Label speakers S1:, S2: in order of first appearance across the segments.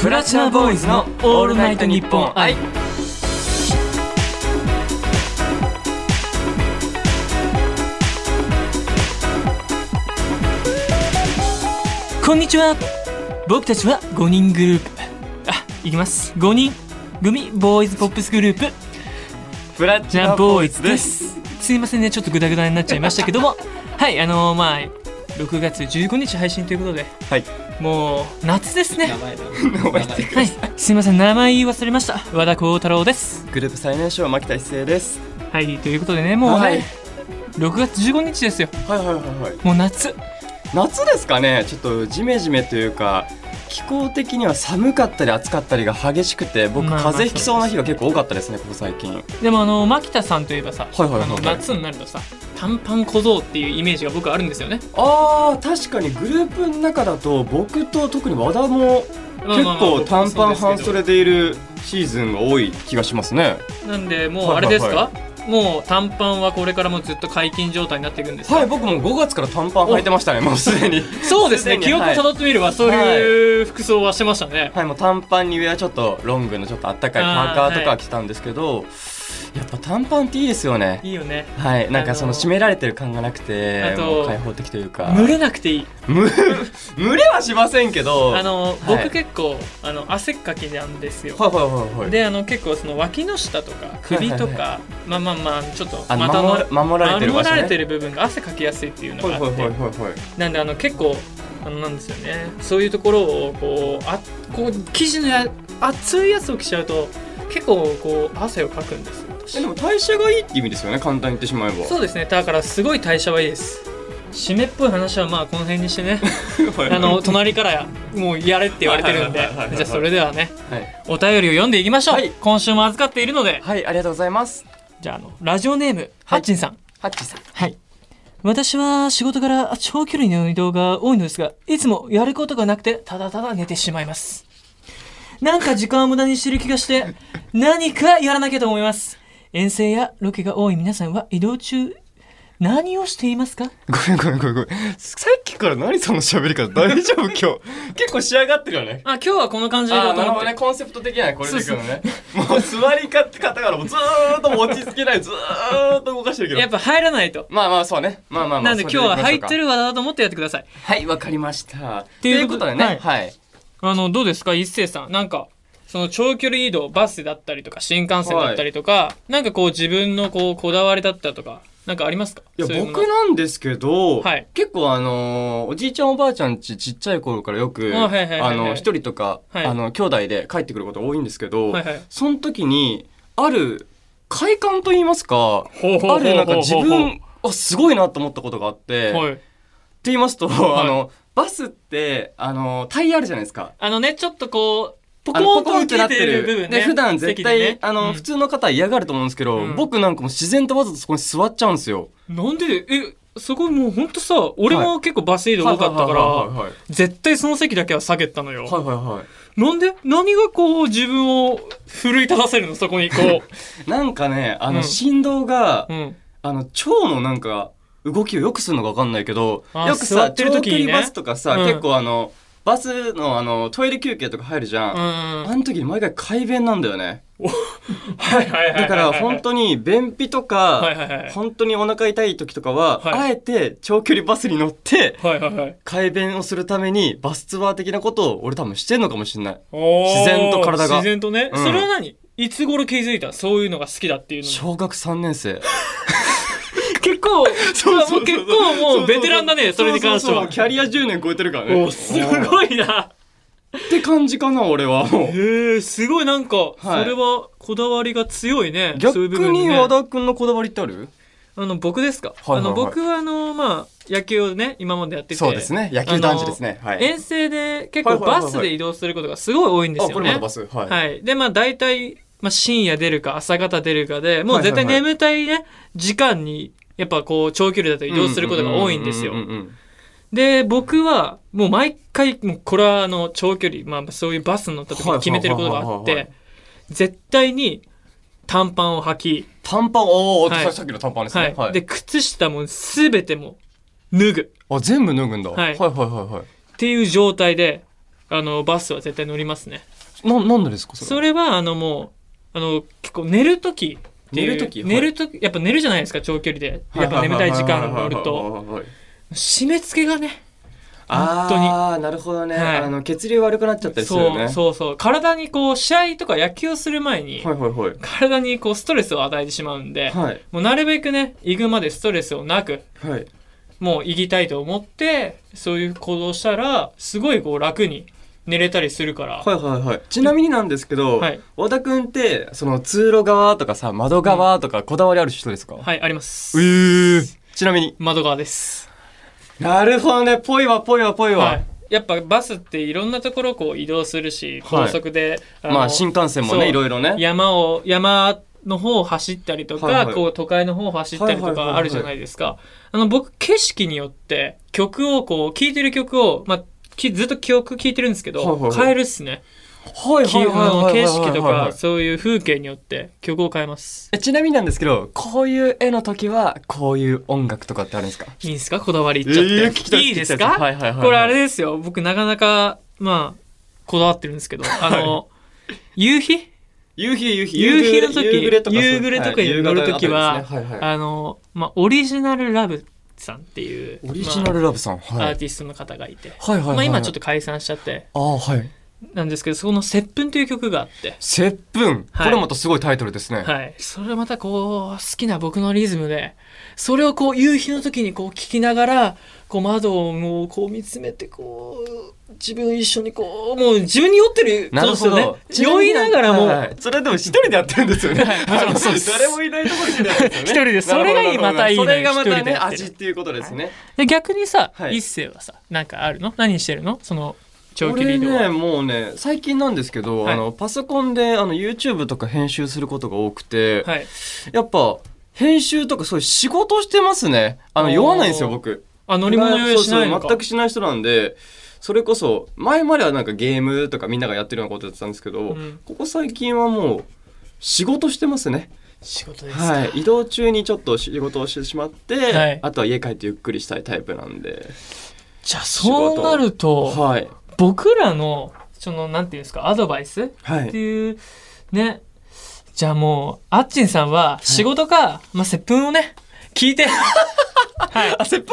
S1: プラチナボーイズの「オールナイトニッポン愛」こんにちは僕たちは5人グループあいきます5人組ボーイズポップスグループ
S2: プラ
S1: じゃあボーイズです。すいませんね、ちょっとグダグダになっちゃいましたけども、はい、あのーまあ6月15日配信ということで、
S2: はい
S1: もう夏ですね。
S3: 前だ
S2: 覚えて
S1: はい、すいません、名前言い忘れました。和田幸太郎です。
S2: グループ最年少牧田一成です
S1: はい、ということでね、もうね、
S2: はい
S1: 6月15日ですよ。
S2: はいはいはいはい
S1: もう夏。
S2: 夏ですかねちょっとジメジメというか気候的には寒かったり暑かったりが激しくて僕
S1: まあまあ
S2: 風邪ひきそうな日が結構多かったですねここ最近
S1: でもあの牧田さんといえばさ、
S2: はいはいはいは
S1: あ
S2: い
S1: の夏になるとさ、短パン小僧っていうイメージが僕あるんですよね。
S2: あー確かにグループの中だと僕と特に和田も
S1: まあ
S2: 結
S1: まあまあ
S2: 構短パン半
S1: そうで
S2: 袖でいるシーズンが多い気がしますね
S1: すけどなんで、もうあれですか、
S2: はいは
S1: もう短パンはこれからもずっと解禁状態になっていくんですか、
S2: はい僕も5月から短パン履いてましたねもうすでに
S1: そうですね、
S2: すでに
S1: 記憶をたどってみれば、そういう服装はしてましたね。
S2: はいもう短パンに上はちょっとロングのちょっとあったかいパーカーとかは着たんですけど、やっぱ短パンっていいですよね
S1: いいよね。
S2: はい、なんかその締められてる感がなく
S1: あ
S2: て、
S1: と
S2: もう開放的というか。
S1: 蒸れなくていい。
S2: む蒸れはしませんけど。
S1: あの、
S2: はい
S1: 僕結構、あの、汗っかきなんですよ。
S2: はいはいはいはい。
S1: で、あの、結構、その脇の下とか、首と
S2: はいはい
S1: か、まあまあまあ、ちょっと、
S2: あの、
S1: 股の
S2: 守ら守られてる場
S1: 守
S2: 所、
S1: ら
S2: ね。
S1: れてる部分が汗かきやすいっていうの
S2: はい
S1: が
S2: は
S1: あ
S2: い
S1: っ
S2: は
S1: て、
S2: いはいはい。
S1: なんで、あの、結構、あの、なんですよね。そういうところを、こう、あ、こう、生地のや、熱いやつを着ちゃうと、結構、こう、汗をかくんですよ。
S2: えでも代謝がいいって意味ですよね、簡単に言ってしまえば。
S1: そうですねだからすごい代謝はいいです締めっぽい話はまあこの辺にしてね
S2: はい
S1: あの隣からもうやれって言われてるん
S2: はい
S1: で
S2: はいはいはいはい
S1: じゃあそれではね
S2: はい、
S1: お便りを読んでいきましょう、
S2: はい
S1: 今週も預かっているので
S2: はい、ありがとうございます。
S1: じゃああのラジオネームハッチンさん
S2: ハッチーさん。
S1: はい私は仕事から長距離の移動が多いのですがいつもやることがなくてただただ寝てしまいますなんか時間を無駄にしてる気がして何かやらなきゃと思います遠征やロケが多い皆さんは移動中何をしていますか
S2: ごめんごめんごめんごめん。さっきから何その喋り方大丈夫今日。 結構仕上がってるよね。
S1: あ、今日はこの感じでいこ
S2: あ
S1: うと
S2: なる
S1: 思っ
S2: ほど
S1: て。
S2: ねコンセプト的にはこれでいくのねもう座り方からもうずーっともう落ち着けないずーっと動かしてるけど
S1: やっぱ入らないと。
S2: まあまあそうね。まあまあま
S1: な
S2: あ。
S1: んで
S2: そ
S1: 今
S2: れ
S1: 日は入っ
S2: 行きま
S1: て
S2: しょう
S1: る技だと思ってやってください。
S2: か。はい、わかりました。
S1: て
S2: と
S1: い
S2: いうう
S1: こ
S2: ことと
S1: で
S2: で
S1: ね
S2: ね。はい。
S1: あの、どうですか一星さん。なんか、その長距離移動、バスだったりとか、新幹線だったりとか、なんかこう自分のこう、こだわりだったりとか、なんかありますか
S2: いや、
S1: そういうもの
S2: 僕なんですけど
S1: はい、
S2: 結構あのー、おじいちゃんおばあちゃんちちっちゃい頃からよく、
S1: あはいはいはいはい
S2: あの、一人とか、
S1: はい
S2: あの、兄弟で帰ってくること多いんですけど
S1: はいはい、
S2: その時に、ある快感と言いますか、
S1: ほうほうほうほうほう
S2: あるなんか自分、あ、すごいなと思ったことがあって、っ
S1: は
S2: て
S1: い。
S2: 言いますと、
S1: い
S2: あの、バスって、あの、タイヤあるじゃないですか。
S1: あのね、ちょっとこう、ポコ
S2: あの
S1: ーンと切れてる部分ね。
S2: で普段絶
S1: 席
S2: 対、
S1: でね
S2: あの、
S1: うん
S2: 普通の方は嫌がると思うんですけど、
S1: うん
S2: 僕なんかもう自然とわざとそこに座っちゃうんですよ。
S1: なんで、え、そこもうほんとさ、俺も結構バス移動多かったから、
S2: はい
S1: 絶対その席だけは下げたのよ。
S2: はいはいはいは
S1: なんで何がこう自分を奮い立たせるのそこにこ
S2: い。なんかね、あの、
S1: うん
S2: 振動が、
S1: う。うん。
S2: あの、腸のなんか、動きをよくするのかわかんないけど、
S1: あ
S2: よく
S1: 座
S2: さ、
S1: ってる時にね
S2: 長距離バスとかさ、
S1: うん
S2: 結構あの、バスのあの、トイレ休憩とか入るじゃん。
S1: うん。は
S2: あの時に毎回快便なんだよね。
S1: いはいはい。
S2: だから本当に便秘とか、
S1: はいはいはい
S2: 本当にお腹痛い時とかは、
S1: はい
S2: あえて長距離バスに乗って、
S1: はいはいはい。
S2: 改便をするためにバスツアー的なことを俺多分してんのかもしれない。
S1: おー
S2: 自然と体が
S1: 自然とね。
S2: うん
S1: それは何いつ頃気づいたそういうのが好きだっていうのに。
S2: 小学3 年生。
S1: 結構、
S2: そうそうそう
S1: もう結構もうベテランだね、それに関して
S2: う
S1: は
S2: う。キャリア10年超えてるからね。
S1: おすご
S2: い。
S1: いな。
S2: って感じかな、俺は。もう
S1: へえ、すごいなんか、そ
S2: はい
S1: れはこだわりが強いね。 そういう部
S2: 逆
S1: 分
S2: に
S1: ね
S2: 和田くんのこだわりってある
S1: あの、僕ですか、
S2: はいはいはい
S1: あの、僕はあの、まあ、野球をね、今までやってて。
S2: ね。野ね。は
S1: 遠征で結構
S2: はいはいはい
S1: バ
S2: はい
S1: スで移動することがすごい多いんです
S2: あ、
S1: よね。
S2: これまたバス。はい。
S1: はい。で、まあ大体、まあ深夜出るか朝方出るかで、もう絶対
S2: はいはい
S1: 眠たいね、時間に、やっぱこう長距離だと移動することが多いんですよ
S2: う。ううん
S1: で、僕はもう毎回、もうこれはあの長距離、まあそういうバスに乗った時に決めてることがあっ
S2: はいはいはいはい
S1: て、絶対に短パンを履き、
S2: 短パン、おお、
S1: はい
S2: ささっきの短パンです
S1: はい
S2: ね。。はい。
S1: で、靴下もすべてもう脱ぐ
S2: あ、全部脱ぐんだ。
S1: は
S2: はいいはいはいはい。
S1: っていう状態で、あのバスは絶対乗りますね
S2: ななんでですかそ
S1: そ
S2: れ
S1: れはあのもうあの結構寝る時っていう
S2: 寝る時はい
S1: 寝る時やっぱ寝るじゃないですか長距離でやっぱ眠たい時間乗ると
S2: と
S1: 締め付けがね本当に
S2: ああなるほどね、
S1: はい
S2: あの血流悪くなっちゃったりするよ
S1: そう
S2: ね
S1: そうそう体にこう試合とか野球をする前に、
S2: はいはいはい
S1: 体にこうストレスを与えてしまうんで、
S2: はい
S1: もうなるべくね行くまでストレスをなく
S2: はい
S1: もう行きたいと思ってそういう行動をしたらすごいこう楽に寝れたりするから、
S2: はいはいはいちなみになんですけど、
S1: はい
S2: 和田君ってその通路側とかさ窓側とかこだわりある人ですか、
S1: はいありま
S2: え
S1: す、
S2: ーちなみに
S1: 窓側です、
S2: なるほどねぽいわぽいわぽいわ、
S1: はい、やっぱバスっていろんなところこう移動するし
S2: はい
S1: 高速で、の
S2: まあ新幹線も
S1: そう
S2: ねいろいろね
S1: 山を山の方を走ったりとか、
S2: はいはい
S1: こう都会の方を走ったり
S2: は
S1: と
S2: いはいはい
S1: か
S2: はい
S1: あるじゃないですか。あの僕景色によって曲をこう聴いてる曲をまあきずっと記憶聴いてるんですけど、
S2: はいはいはい
S1: 変えるっすね。
S2: はい
S1: きあの景色と
S2: はいはいは
S1: か
S2: いはい
S1: そういう風景によって曲を変えます。
S2: えちなみになんですけどこういう絵の時はこういう音楽とかってあるんですか
S1: いいんですかこだわり言っちゃって。
S2: えー聞きたい
S1: いいです
S2: 聞
S1: か、
S2: きたいですはいはいはいはい
S1: これあれですよ。僕なかなかまあこだわってるんですけど、あの夕日
S2: 夕日夕日
S1: 夕日の時
S2: 夕暮れとかそう
S1: 夕暮れとか
S2: い
S1: に乗る時は
S2: 夕方の後ですねはいはい
S1: あのまあオリジナルラブさんっていう
S2: オリジナルラブさんはい
S1: まあ
S2: は
S1: アー
S2: い
S1: ティストの方がいて。
S2: はいはい
S1: まあ、今ちょっと解散しちゃって
S2: ああはい
S1: なんですけどそこの「接吻」という曲があって、
S2: 接吻こ
S1: はい
S2: れまたすごいタイトルですね
S1: はい、それまたこう好きな僕のリズムでそれをこう夕日の時にこう聴きながらこう窓をもうこう見つめてこう自分一緒にこうもう自分に酔ってる
S2: なるほ
S1: そう
S2: ど
S1: で。すよね酔いながらも、
S2: はいそれでも一人でやってるんですよね。
S1: はい
S2: あの
S1: そうです
S2: 誰もいないところでやってるんです
S1: 一
S2: よ
S1: 人
S2: ね。
S1: でそれがいいまたいいの
S2: そ
S1: よ
S2: れがま
S1: 一
S2: た
S1: 人で
S2: ね、
S1: やってる
S2: 味っていうことですね。
S1: で逆にさ、
S2: はい
S1: 一世はさなんかあるの何してるのその長距離
S2: 俺
S1: 移動は
S2: ね、もうね、最近なんですけど、
S1: はい
S2: あの、パソコンで、あの、YouTube とか編集することが多くて、
S1: はい、
S2: やっぱ、編集とかそういう仕事してますね。あ
S1: お
S2: の、
S1: ー
S2: 酔わないんですよ、僕。
S1: あ乗り物用意しないのか
S2: そうそう全くしない人なんでそれこそ前まではなんかゲームとかみんながやってるようなことやってたんですけど、
S1: うん
S2: ここ最近はもう仕事してますね、
S1: 仕事ですか、
S2: はい、移動中にちょっと仕事をしてしまって、
S1: はい
S2: あとは家帰ってゆっくりしたいタイプなんで
S1: じゃあそうなると
S2: はい
S1: 僕らのそのなんていうんですかアドバイス
S2: は
S1: って
S2: い
S1: いうねじゃあもうあっちんさんは仕事か、まあ接吻をね聞いてはい
S2: あ切符聞く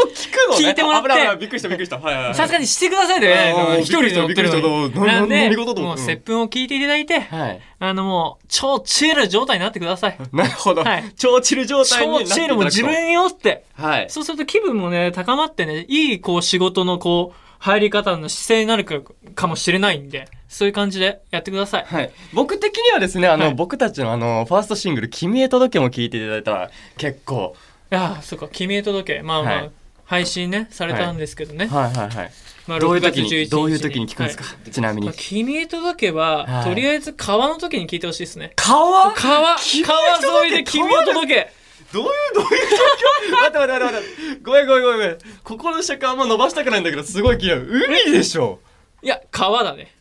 S2: のね
S1: 聞いてもらって
S2: 危ない危ないびっくりしたびっくりしたはいはい、はい、
S1: さすがにしてくださいね
S2: あーもう
S1: 一人で乗ってるの
S2: びっくりしたどう
S1: に
S2: な
S1: なんで
S2: 何事と思
S1: も
S2: っ
S1: う
S2: た
S1: 接吻を聞いていただいて
S2: はい
S1: あのもう超チルな状態になってください
S2: なるほど、
S1: はい
S2: 超チル状態になっ
S1: 超
S2: ていた
S1: チ
S2: だく
S1: ル
S2: と
S1: も自分によって
S2: はい
S1: そうすると気分もね高まってねいいこう仕事のこう入り方の姿勢になるかかもしれないんでそういう感じでやってください
S2: はい、僕的にはですねあの、
S1: はい
S2: 僕たちのあのファーストシングル「君へ届け」も聞いていただいたら結構
S1: ああそうか「君へ届け」まあまあ、
S2: はい
S1: 配信ねされたんですけどね、
S2: はいはいはい
S1: まあ、
S2: どういう
S1: 6月
S2: 時
S1: 11日
S2: にどういう時に聞くんですか、
S1: は
S2: ちなみ
S1: いま
S2: に
S1: あ、君へ届けは、
S2: はい
S1: とりあえず川の時に聞いてほしいですね
S2: 川
S1: 川
S2: 君へ届け
S1: 川沿いで君へ届け
S2: どういうどういう状況待って待って待って待ってごめんごめんごめんごめんここの尺あんま伸ばしたくないんだけどすごい気になる海でしょ
S1: いや川だね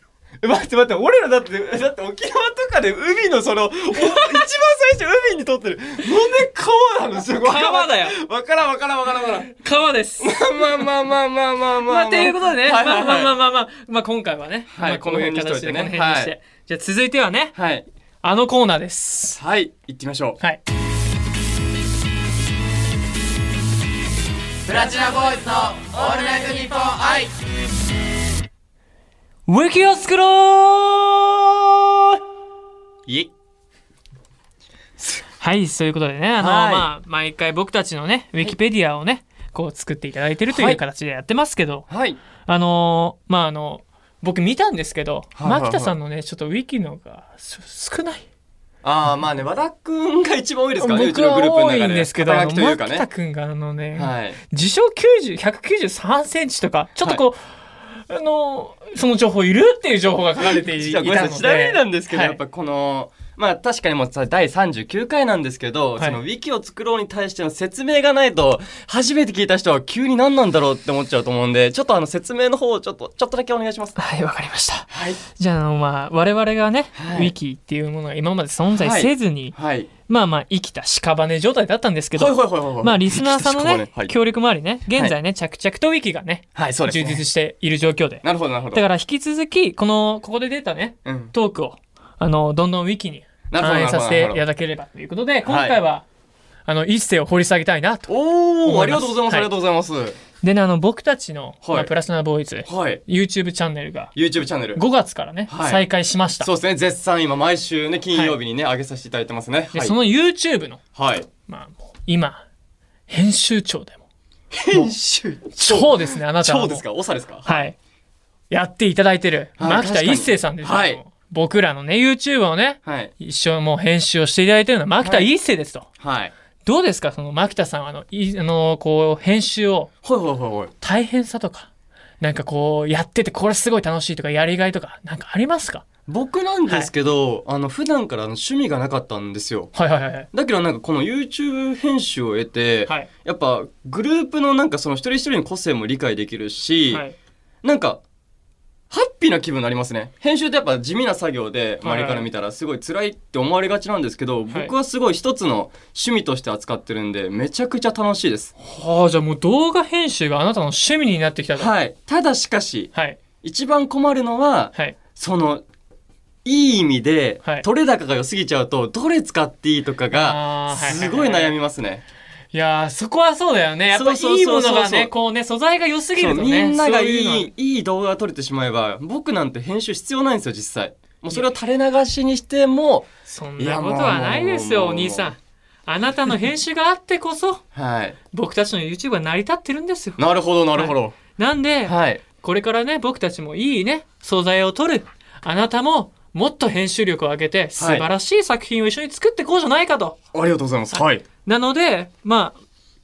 S2: え待って待って俺らだってだって沖縄とかで海のそのお一番最初海に撮ってるなんで川なのすごい
S1: 川だよ
S2: わからんわからんわからんわからん
S1: 川です
S2: まあまあまあまあまあまあまあ。
S1: まあ、ということでね、
S2: はい
S1: ま
S2: は
S1: あ
S2: い
S1: ま
S2: はい
S1: あまあまあまあ、まあ今回はね、
S2: はい
S1: まあ
S2: この辺にしといてね
S1: この辺にして
S2: は
S1: じゃあ続いてはね、
S2: はい。
S1: あのコーナーです。
S2: はい。行ってみましょ
S1: はい。
S2: う。プラチナボーイズのオールナイトニッポン愛。
S1: ウィキを作ろう
S2: いえ。
S1: はい、そういうことでね、あの、
S2: はい
S1: まあ、毎回僕たちのね、ウィキペディアをね、こう作っていただいてるとい
S2: は
S1: う
S2: い
S1: 形でやってますけど、
S2: はい。
S1: あのーまああの、僕見たんですけど、
S2: はいはいはい
S1: 牧田さんのね、ちょっとウィキのがす少ない。
S2: ああ、まあね、和田くんが一番多いですからね、う
S1: 僕
S2: ちの
S1: は
S2: グループの
S1: 多
S2: 中で。
S1: いんですけど、あの
S2: 肩書きというか
S1: 牧田
S2: ね。
S1: くんがあのね、
S2: はい。
S1: 自称90、193センチとか、ちょっとこう、 あの、その情報いるっていう情報が書かれてい
S2: い
S1: いた
S2: や
S1: の
S2: ごめんなさ
S1: で。
S2: いちなみになんですけど、
S1: はい
S2: やっぱこのまあ確かにもうさ第39回なんですけど、
S1: はい
S2: そのウィキを作ろうに対しての説明がないと初めて聞いた人は急に何なんだろうって思っちゃうと思うんでちょっとあの説明の方をちょっとちょっとだけお願いします。
S1: はい、わかりました。
S2: はい、
S1: じゃあ、あのまあ、我々がね、
S2: はい
S1: ウィキっていうものが今まで存在せずに、
S2: はい、
S1: まあまあ、生きた屍状態だったんですけど、
S2: はいはいはいはいはい
S1: まあ、リスナーさんのね、
S2: はい、
S1: 協力もありね、現在ね、着々とウィキがね、
S2: はい、そうです、
S1: 充実している状況で。
S2: なるほどなるほど。
S1: だから、引き続き、この、ここで出たね、
S2: うん、
S1: トークを、あの、どんどんウィキに
S2: なるほど
S1: 反映させて
S2: なる
S1: い
S2: ほど
S1: ただければということで、今回は、あの、一世を掘り下げたいなと。
S2: お
S1: 思います
S2: おありがとうございます、
S1: はい
S2: ありがとうございます。は
S1: でね、あの、僕たちの、
S2: はい
S1: まあプラスナボーイズ、
S2: い、
S1: YouTube チャンネルが、
S2: YouTube チャンネル。
S1: 5月からね、
S2: はい
S1: 再開しました。
S2: そうですね、絶賛今毎週ね金曜日にね、上げさせていただいてますね。
S1: で、
S2: はい
S1: その YouTube の、
S2: はい。
S1: まあもう、今、編集長でも、
S2: 編集
S1: 超ですね、あなたはも
S2: 超
S1: う
S2: ですか、長ですか。
S1: はい。やっていただいてる、
S2: はい
S1: 牧田
S2: 確かに
S1: 一生さんですよ
S2: はい
S1: 僕らのね、YouTube をね、
S2: はい。
S1: 一生もう編集をしていただいてるのは牧田一生ですと。
S2: はい。
S1: どうですかその牧田さんは、あの、いあの、こう、編集を
S2: ほいほいほいほい。
S1: 大変さとか、なんかこう、やっててこれすごい楽しいとか、やりがいとか、なんかありますか
S2: 僕なんですけど、あの、普段からあの趣味がなかったんですよ。
S1: はいはいはいはい。
S2: だけどなんかこの YouTube 編集を得て、
S1: はい。
S2: やっぱグループのなんかその一人一人の個性も理解できるし、
S1: はい。
S2: なんか、ハッピーな気分になりますね。編集ってやっぱ地味な作業で、
S1: はい
S2: 周りから見たらすごい辛いって思われがちなんですけ
S1: は
S2: ど、
S1: い
S2: 僕はすごい一つの趣味として扱ってるんで、めちゃくちゃ楽しいです。
S1: はあ、じゃあもう動画編集があなたの趣味になってきたと。はい。
S2: はい。ただしかし、
S1: はい。
S2: 一番困るのは、そのいい意味で、
S1: はい
S2: 取れ高が良すぎちゃうとどれ使っていいとか
S1: あ
S2: が
S1: ーはい
S2: すごい悩みますね。
S1: いやー、そこはそうだよね。やっぱい
S2: そう
S1: い
S2: そ
S1: も
S2: うそうそう
S1: のがね、こうね、素材が良すぎると
S2: そう
S1: ね。
S2: みんながい
S1: そう
S2: い
S1: いうの
S2: いい動画が撮れてしまえば僕なんて編集必要ないんですよ実際。もうそれを垂れ流しにしても
S1: そんなことはないです
S2: いや
S1: よ、
S2: もう
S1: お兄さん。あなたの編集があってこそ、
S2: はい。
S1: 僕たちの YouTube は成り立ってるんですよ。
S2: なるほどなるほど。
S1: なんで、
S2: はい。
S1: これからね、僕たちもいいね、素材を取る。あなたも、もっと編集力を上げて、素晴らしい作品を一緒に作ってこうじゃないかと。
S2: ありがとうございます。はい。
S1: なので、まあ、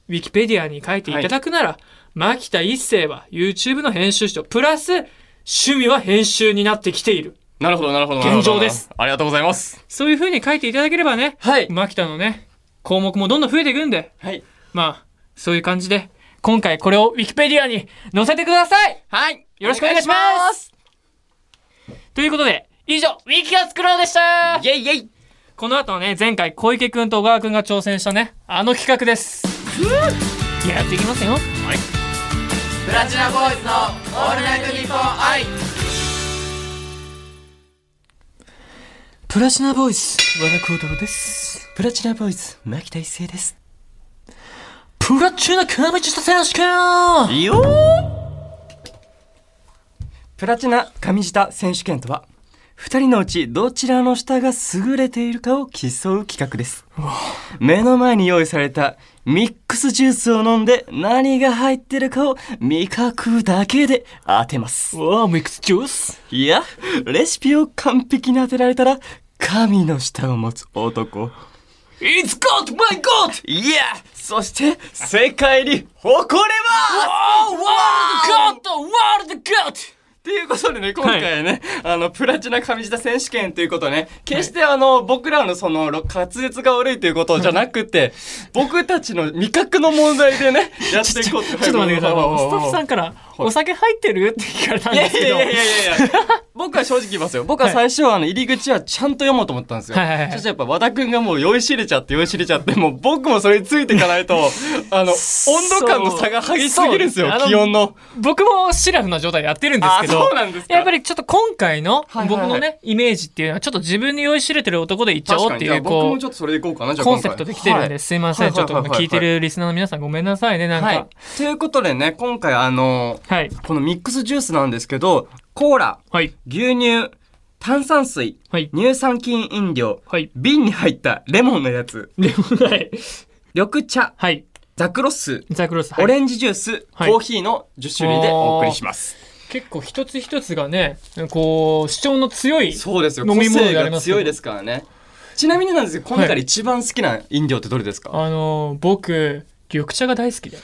S1: ウィキペディアに書いていただくなら、牧田一生は YouTube の編集長、プラス趣味は編集になってきている。
S2: なるほどなるほど。
S1: 現状です
S2: なるほど。ありがとうございます。
S1: そういう風に書いていただければね、
S2: はい。
S1: 牧田のね、項目もどんどん増えていくんで、
S2: はい。
S1: まあ、そういう感じで、今回これをウィキペディアに載せてください
S2: はい。
S1: よろしくお願いしま
S2: お願いし
S1: すということで、以上、ウィキが作ろうでした
S2: ます。イェイイェイ。
S1: この後はね、前回小池くんと小川くんが挑戦したね、あの企画です。やっていきますよ。
S2: プラチナボーイズのオールナイトニッポン愛。
S1: プラチナボイス、和田光太郎です。
S2: プラチナボーイズ牧田一成です。
S1: プラチナ亀下選手権
S2: いいよープラチナ上下選手権とは2人のうちどちらの下が優れているかを競う企画です目の前に用意されたミックスジュースを飲んで何が入ってるかを味覚だけで当てます
S1: わあ、ミックスジュース。
S2: いやレシピを完璧に当てられたら神の舌を持つ男
S1: It's God, my God!
S2: いやそして世界に誇れます
S1: あワールドゴッドワールドゴッ
S2: ということでね、今回ね、あの、プラチナ上下選手権ということね、決してあの、僕らのその、ろ滑舌が悪いということじゃなくて、僕たちの味覚の問題でね、やっていこう
S1: ドちょっと待ってください。
S2: はい
S1: スタッフさんから、お酒入ってるって聞かれたん
S2: い
S1: で
S2: やい
S1: すけ
S2: やい
S1: ど。
S2: やいやい や僕は正直言いますよ。僕は最初はあの入り口はちゃんと読もうと思ったんですよ。
S1: はいはいはい
S2: そしてやっぱ和田くんがもう酔いしれちゃって酔いしれちゃって、もう僕もそれについていかないと、あの、温度感の差が激しすぎるんですよ
S1: そうそうあ、の
S2: 気温の。
S1: 僕もシラフな状態でやってるんですけ
S2: あ
S1: ど
S2: そうなんです、か
S1: やっぱりちょっと今回の
S2: はいはい
S1: 僕のね、イメージっていうのは、ちょっと自分に酔いしれてる男でいっちゃおうっていう、
S2: 僕
S1: こ
S2: も
S1: う
S2: ち。ょっとそれでいこうかな、じゃあ
S1: コ
S2: 今
S1: ンセ
S2: 回
S1: プトできてるんです。すいません。ちょっと聞いてるリスナーの皆さんごめんなさいね、なん
S2: はい
S1: か。。
S2: ということでね、今回あの、
S1: はい。
S2: このミックスジュースなんですけど、コーラ、
S1: はい。
S2: 牛乳、炭酸水、
S1: はい。
S2: 乳酸菌飲料、
S1: はい。
S2: 瓶に入ったレモンのやつ、
S1: でもない。
S2: 緑茶、
S1: はい。
S2: ザクロス、
S1: ザクロス。
S2: オレンジジュース、
S1: はい
S2: コーヒーの10種類でお送りします。
S1: 結構一つ一つがね、こう、主張の強い。
S2: そうですよ。
S1: 飲
S2: 個
S1: み物
S2: 性
S1: でありま
S2: が
S1: すけど
S2: 強いですからね。ちなみになんですけど、今
S1: は
S2: 回
S1: い
S2: 一番好きな飲料ってどれですか、
S1: あのー、僕、緑茶が大好きで。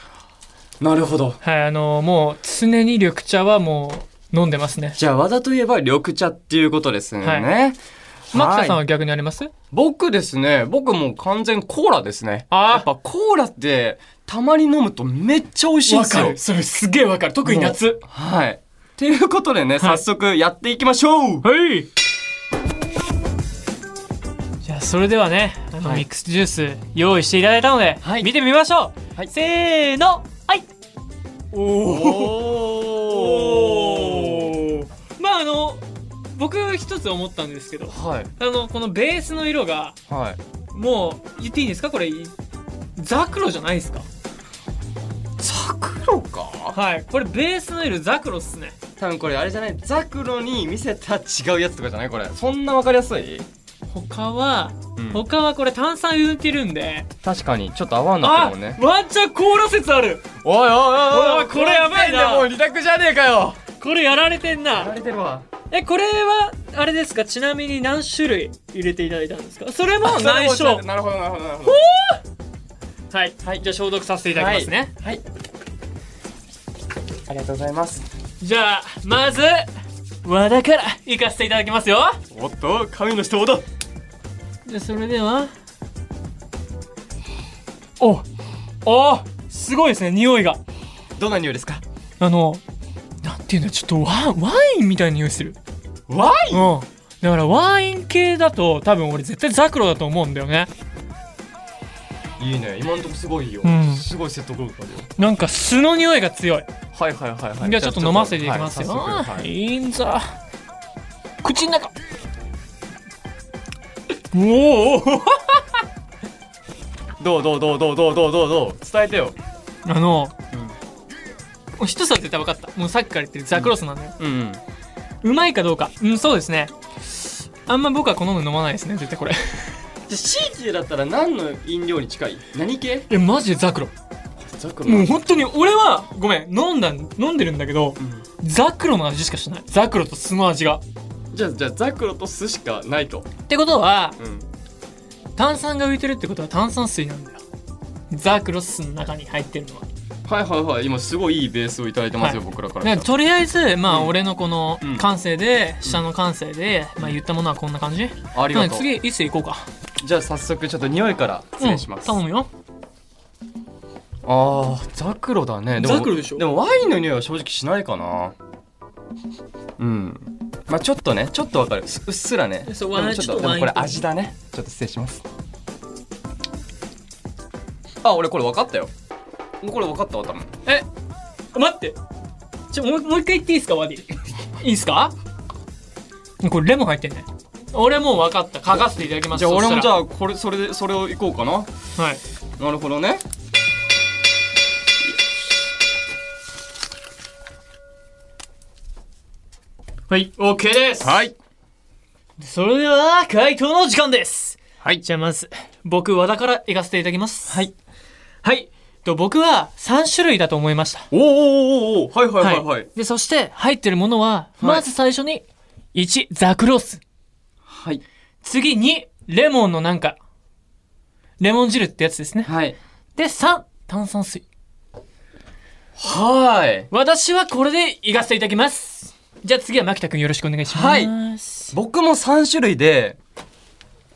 S2: なるほど。
S1: はい、あのー、もう、常に緑茶はもう、飲んでますね。
S2: じゃあ和田といえば緑茶っていうことですよね。
S1: は牧田さんは逆にあります
S2: 僕ですね、僕もう完全コーラですね。
S1: あー
S2: やっぱコーラって、たまに飲むとめっちゃ美味しいん
S3: わ
S2: です
S3: か
S2: よ
S3: る。。それすげえわかる。特に夏。
S2: はい。っていうことでね、早速やっていきましょう
S1: はいじゃあそれではねあの
S2: はい
S1: ミックスジュース用意していただいたので、
S2: はい
S1: 見てみましょう、
S2: はい
S1: せーのはい
S2: おー
S1: まああの僕一つ思ったんですけど
S2: はい。
S1: あのこのベースの色が
S2: はい。
S1: もう言っていいんですかこれザクロじゃないですか
S2: ザクロか
S1: はいこれベースの色ザクロっすね
S2: 多分これあれじゃないザクロに見せた違うやつとかじゃないこれ。そんなわかりやすい、
S1: 他は
S2: うん、
S1: 他はこれ炭酸言うてるんで
S2: 確かに、ちょっと合わんな
S1: あ
S2: ってるもんね。
S1: ワンチャンコーラ説ある
S2: おいおい
S1: おいこれやばいな
S2: もうリタクじゃねえかよ
S1: これやられてんな
S2: やられてるわ。
S1: えこれはあれですかちなみに何種類入れていただいたんですかそれも内緒
S2: なるほどなるほどなるほ
S1: はい、じゃあ消毒させていただきますね、
S2: どはいありがとうございます
S1: じゃあまず和田から行かせていただきますよ
S2: おっと神の人だ
S1: じゃあそれではおおすごいですね匂いが
S2: どんな匂いですか
S1: あのなんていうんだちょっとワワインみたいな匂いする
S2: ワイン
S1: うんだからワイン系だと多分俺絶対ザクロだと思うんだよね
S2: いいね今んとこすごいよ、
S1: うん
S2: すごい説得力あるよ
S1: なんか酢の匂いが強い
S2: はいはいはいはい
S1: じゃあちょっと飲ませていきますよ。
S2: はい早速はい
S1: いいんざ。口の中。おお。
S2: どうどうどうどうどうどうどうどう伝えてよ
S1: あの、もう一つは絶対分かった。もうさっきから言ってるザクロスなんだよ。
S2: うん、うん、
S1: うまいかどうか。うん、そうですね。あんま僕は好む飲まないですね、絶対これ。
S2: じゃシーテだったら何の飲料に近い何系
S1: え、マジでザクロ。
S2: ザクロ
S1: もう本当に俺は、ごめん、飲んだ、飲んでるんだけど、
S2: う
S1: ザクロの味しかしない。ザクロと酢の味が。
S2: んじゃあじゃあザクロと酢しかないと
S1: ってことは、
S2: うん
S1: 炭酸が浮いてるってことは炭酸水なんだよ。ザクロスの中に入ってるのは。
S2: はいはいはい今すごいいいベースをいただいてますよ、僕らからした
S1: ね
S2: ら
S1: とりあえずまあ
S2: うん
S1: 俺のこの
S2: うん
S1: 感性で、下の感性で、まあ、言ったものはこんな感じ
S2: ありがとう
S1: なので次いつ行こうか
S2: じゃあ早速ちょっと匂いから失礼します、
S1: うん
S2: あ
S1: 頼むよ
S2: あーザクロだねも
S1: ザクロでしょ
S2: でもワインの匂いは正直しないかなうんまあちょっとねちょっとわかるうっうっすらね
S1: そう
S2: でも
S1: ワイン
S2: ち
S1: ちょ
S2: ょっ
S1: っと
S2: とでもこれ
S1: ワインと
S2: 味だねちょっと失礼しますあ俺これ分かったよこれ分かったわ多分
S1: え待ってちょもうもう一回言っていいですかワディ いいですかこれレモン入ってんね俺もう分かった書かせていただきます
S2: じゃあ俺もじ
S1: あ
S2: ゃあこれそれでそれをいこうかな
S1: はい
S2: なるほどね
S1: はい、OK です、
S2: はい
S1: それでは回答の時間です
S2: はい
S1: じゃあまず僕和田から行かせていただきます
S2: はい
S1: はいと僕は3種類だと思いました
S2: おーおーおーおーはいはいはいはい
S1: で、そして入ってるものは、
S2: い
S1: まず最初に、1、ザクロス。
S2: はい
S1: 次2、レモンのなんか、レモン汁ってやつですね。
S2: はい
S1: で、3、炭酸水。
S2: はい
S1: 私はこれでいかせていただきます。じゃあ次は牧田くんよろしくお願いします。
S2: はい
S1: は
S2: 僕も3種類で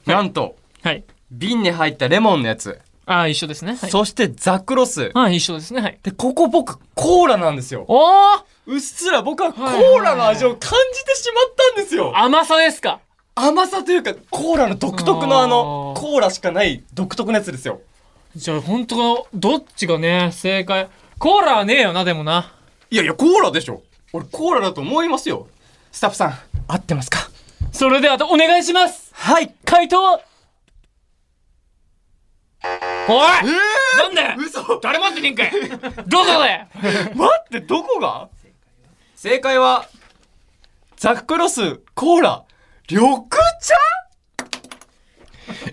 S2: なんと
S1: い。
S2: 瓶に入ったレモンのやつ、
S1: ああ、一緒ですね。はい。
S2: そしてザクロス
S1: はい、一緒ですね。はい。
S2: でここ僕コーラなんですよ
S1: おー
S2: うっすら僕はコーラの味を感じてしまったんですよ
S1: 甘さですか
S2: 甘さというかコーラの独特のあの
S1: あー
S2: コーラしかない独特のやつですよ
S1: じゃあ本当どっちがね、正解。コーラはねえよな、でもな。
S2: いやいやコーラでしょ俺コーラだと思いますよスタッフさん合ってますか
S1: それでは、お願いします
S2: はい
S1: 回答おい
S2: ええ
S1: なんだよ
S2: ー、嘘
S1: 誰もってねえんかいどこだよ
S2: 待ってどこが正解はザクロスコーラ緑茶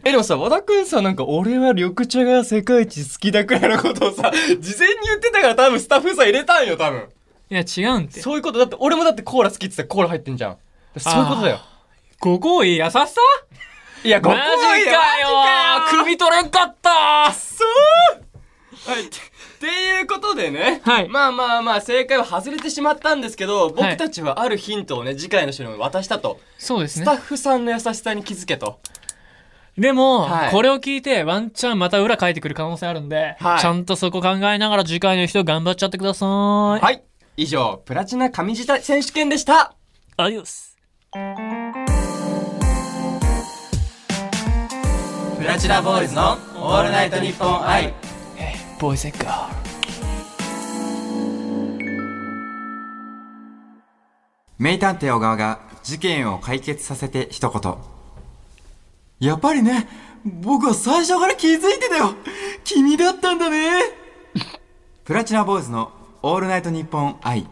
S2: えでもさ和田くんさなんか俺は緑茶が世界一好きだくらいのことをさ事前に言ってたから多分スタッフさん入れたんよ多分
S1: いや違うんて
S2: そういうことだって俺もだってコーラ好きって言ってたらコーラ入ってんじゃんそういうことだよ
S1: ここいい優しさ
S2: いやご
S1: マ
S2: め
S1: ジ
S2: ん
S1: かよ首取れんかった
S2: そうはいっていうことでね、
S1: はい
S2: まあまあまあ正解は外れてしまったんですけど
S1: はい
S2: 僕たちはあるヒントをね次回の人にも渡したと、
S1: そうです
S2: ス
S1: ね
S2: タッ。フさんの優しさに気づけと
S1: でも、
S2: はい
S1: これを聞いてワンチャンまた裏書いてくる可能性あるんで、
S2: はい
S1: ちゃんとそこ考えながら次回の人頑張っちゃってください。は
S2: はい以上プラチナ上地選手権でした
S1: アディオス。
S2: プラチナボーイズのオールナイトニッポン愛
S1: ボーイズガール。
S4: 名探偵小川が事件を解決させて一言。やっぱりね、僕は最初から気づいてたよ君だったんだねプラチナボーイズのオールナイトニッポン愛。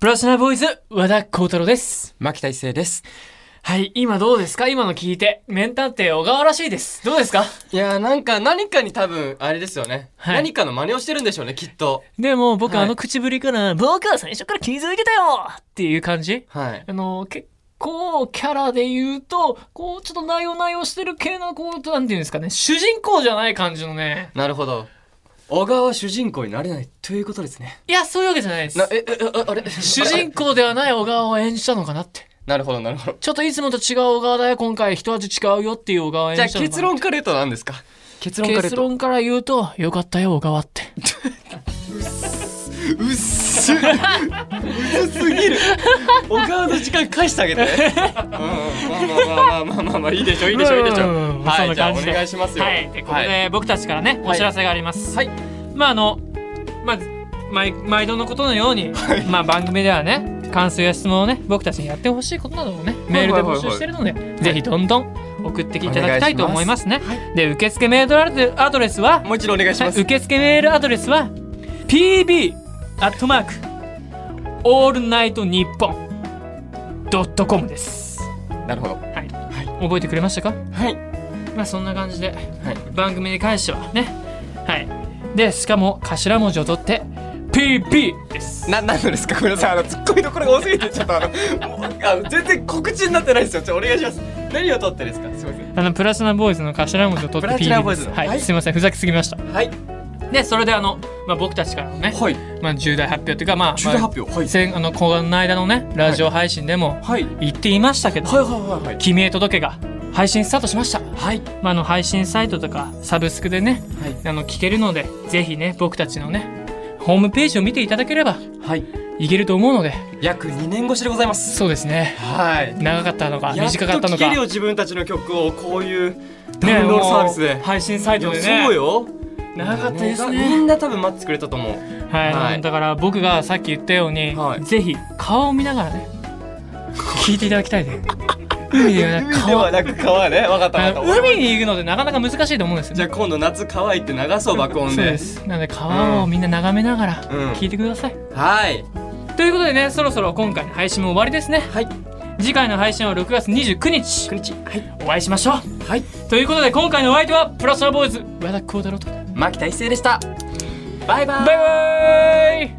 S1: プラチナボーイズ、和田幸太郎です。
S2: 牧田一成です
S1: はい、今どうですか今の聞いて。メンタって小川らしいです。どうですか
S2: いやーなんか何かに多分あれですよね、
S1: はい
S2: 何かの真似をしてるんでしょうねきっと
S1: でも僕、
S2: はい
S1: あの口ぶりから、僕は最初から気づいてたよっていう感じ
S2: はい
S1: あの、結構キャラで言うと、こう、ちょっと内容内容してる系の、こう、なんていうんですかね、主人公じゃない感じのね。
S2: なるほど小川は主人公になれないということですね
S1: いや、そういうわけじゃないです
S2: な。えええ ああれ
S1: 主人公ではない小川を演じたのかなって。
S2: なるほどなるほど
S1: ちょっといつもと違う小川だよ、今回一味違うよっていう小川を演
S2: じ ゃあ
S1: じたのかな。
S2: 結論から言うと何ですか結論から言う
S1: 結
S2: と
S1: 論から言うと、よかったよ、小川って。
S2: うっすうずすぎるお顔の時間返してあげてうんまあまあまあまあまあまあいいでしょいいでしょいいでしょ
S1: うんうんうん
S2: は
S1: そんない
S2: じゃあお
S1: 感じで
S2: 願いしますよ
S1: はい、でここで僕たちからね、
S2: は
S1: お
S2: い
S1: 知らせがあります。
S2: はい
S1: まああの、まあ毎毎度のことのように、まあ番組ではね、感想や質問をね、僕たちにやってほしいことなどをね、メールで募集してるので、ぜひどんどん送ってきていただきたいと思いますね。で受付メールアドレスアドレスは、
S2: もう一度お願いします
S1: 受付メールアドレスは pb アットマークオールナイトニッポンドットコムです。
S2: なるほど
S1: はい、覚えてくれましたか？
S2: はい
S1: まあそんな感じで、
S2: い
S1: 番組に関してはねはいでしかも頭文字を取って PP です
S2: な、なんのですかごめんなさい。あの、ツッコミどころが多すぎて、ちょっとあの、もうあの全然告知になってないですよ。ちょ、お願いします。何を取ってですかすいません。
S1: あのプラチナボーイズの頭文字を取
S2: プ
S1: って
S2: ラチナ
S1: PP
S2: ボー
S1: で
S2: イズ
S1: す
S2: の
S1: はい、
S2: はい
S1: すいませんふざけすぎました
S2: はい。
S1: でそれであの、まあ、僕たちからのね、
S2: はい。
S1: まあ、重大発表というかまあ
S2: 重大発表
S1: まあ
S2: はい
S1: 先あのこの間のねラジオ配信でも
S2: はい。
S1: 言っていましたけど、
S2: はいはいはい。
S1: 君へ届けが配信スタートしました、
S2: はい。
S1: まあ、あの配信サイトとかサブスクでね
S2: はい。
S1: あの聞けるのでぜひね僕たちのねホームページを見ていただければ
S2: はい。
S1: いけると思うので
S2: 約2年越しでございます。
S1: そうですね
S2: はい。
S1: 長かったのか
S2: やっ
S1: 短かった
S2: と
S1: の
S2: 聞け
S1: か
S2: るよ、自分たちの曲を、こういうダウンロードサービスで。
S1: もう配信サイ
S2: い
S1: ト
S2: や
S1: でね
S2: そうよ。
S1: 長かったです
S2: みん
S1: ね
S2: な多分待ってくれたと思う。
S1: はい、
S2: はい
S1: だから僕がさっき言ったように、
S2: はい
S1: ぜひ顔を見ながらね聞いていただきた いね海ではなく
S2: 海では
S1: 川
S2: なく川ね。わか ったわか
S1: あ
S2: っ
S1: の
S2: た。
S1: 海に行くのでなかなか難しいと思うんですよ
S2: じゃあ今度夏川行って流そう、爆音
S1: そう
S2: で
S1: で。すなので川をみんな眺めながら
S2: うん
S1: 聞いてください、
S2: はい。
S1: ということでねそろそろ今回の配信も終わりですね
S2: はい。
S1: 次回の配信は6月29日
S2: くにち。はい。
S1: お会いしましょ
S2: はい。
S1: うということで今回のお相手はプラスナボーイズ和田幸太郎とバイ
S2: 牧田一成でした。バイバイ。
S1: バイ